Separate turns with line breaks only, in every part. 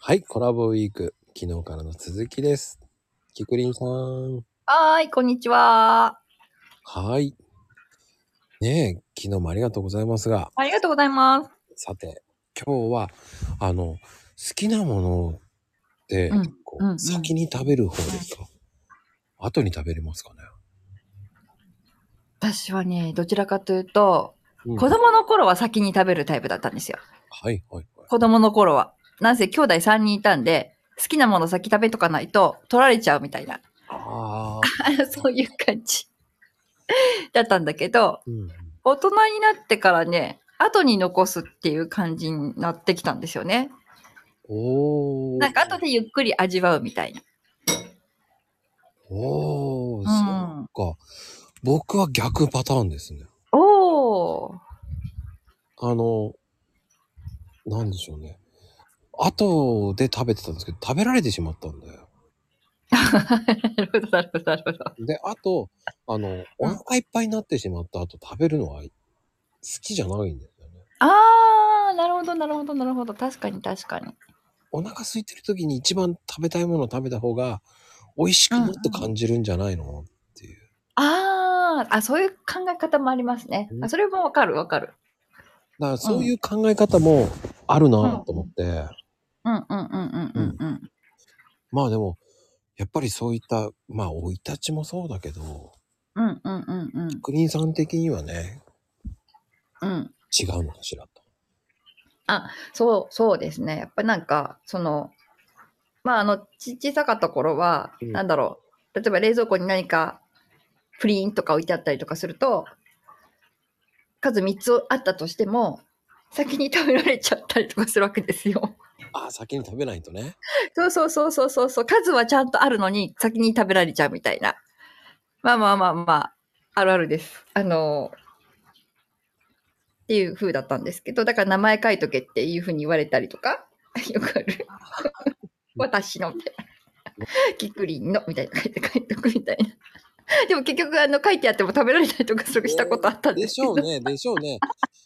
はい、コラボウィーク、昨日からの続きです。きくりんさん。
はーい、こんにちは。
はい。ねえ、昨日もありがとうございますが、
ありがとうございます。
さて、今日は、あの、好きなものって、
うん
こ
うんう
うん先に食べる方ですか、後に食べれますかね
私はね、どちらかという
う
と、
ん
子供の頃は先に食べるタイプだったんですよ。
はい、はい、はい。
子供の頃は。なんせ兄弟3人いたんで、好きなもの先食べとかないと取られちゃうみたいな、
ああ。
そういう感じだったんだけど、
うん。
大人になってからね、後に残すっていう感じになってきたんですよね。
おー。
なんか後でゆっくり味わうみたいな。
おー、
ん
そうか。僕は逆パターンですね。
おー。
あの、なんでしょうね。後で食べてたんですけど、食べられてしまったんだよ。
なるほど、なるほど、なるほど。
で、あと、あの、お腹いっぱいになってしまった後、食べるのは好きじゃないんですよね。
あー、なるほど、なるほど、なるほど。確かに、確かに。
お腹空いてる時に一番食べたいものを食べた方が、美味しくもっと感じるんじゃないのっていう。
あー、あ、そういう考え方もありますね
う。ん
あそれもわかる、わかる。
だからそういう考え方もあるなと思って、
うん、うん、うん、うん、うん、うん。
まあでも、やっぱりそういった、まあ、生い立ちもそうだけど、
うん、うん、うん、うん。
クリーンさん的にはね、
うん。
違うのかしらと。
そう、そうですね。やっぱりなんか、その、まあ、あの、ち小さかった頃は、
うん
なんだろう。例えば冷蔵庫に何か、プリンとか置いてあったりとかすると、数3つあったとしても、先に食べられちゃったりとかするわけですよ。
ああ、先に食べないとね。
そうそうそうそうそうそう。数はちゃんとあるのに、先に食べられちゃうみたいな。まあまあまあまあ、あるあるです。あのっていう風だったんですけど、だから名前書いとけっていう風に言われたりとか、 よくある。私のみたいな。キクリンのみたいな書いて書いておくみたいな。でも結局あの書いてあっても食べられたりとかするしたことあったん
で
です
し
けど
ょう。ね、でしょうね。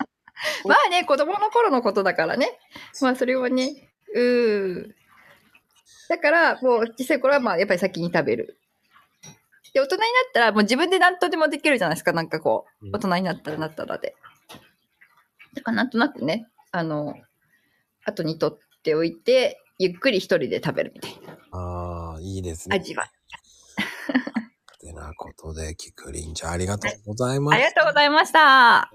まあね、子供の頃のことだからね。まあそれはね、うー。だから、もう小さい頃はまあやっぱり先に食べる。で、大人になったらもう自分で何とでもできるじゃないですか、なんかこう
うん、
大人になったらなったらで。だからなんとなくね、あの、後に取っておいて、ゆっくり一人で食べるみたいな
ああ、いいですね。
味は。
ってなことで、キクリンちゃんありがとうございま
あ
す。
りがとうございました。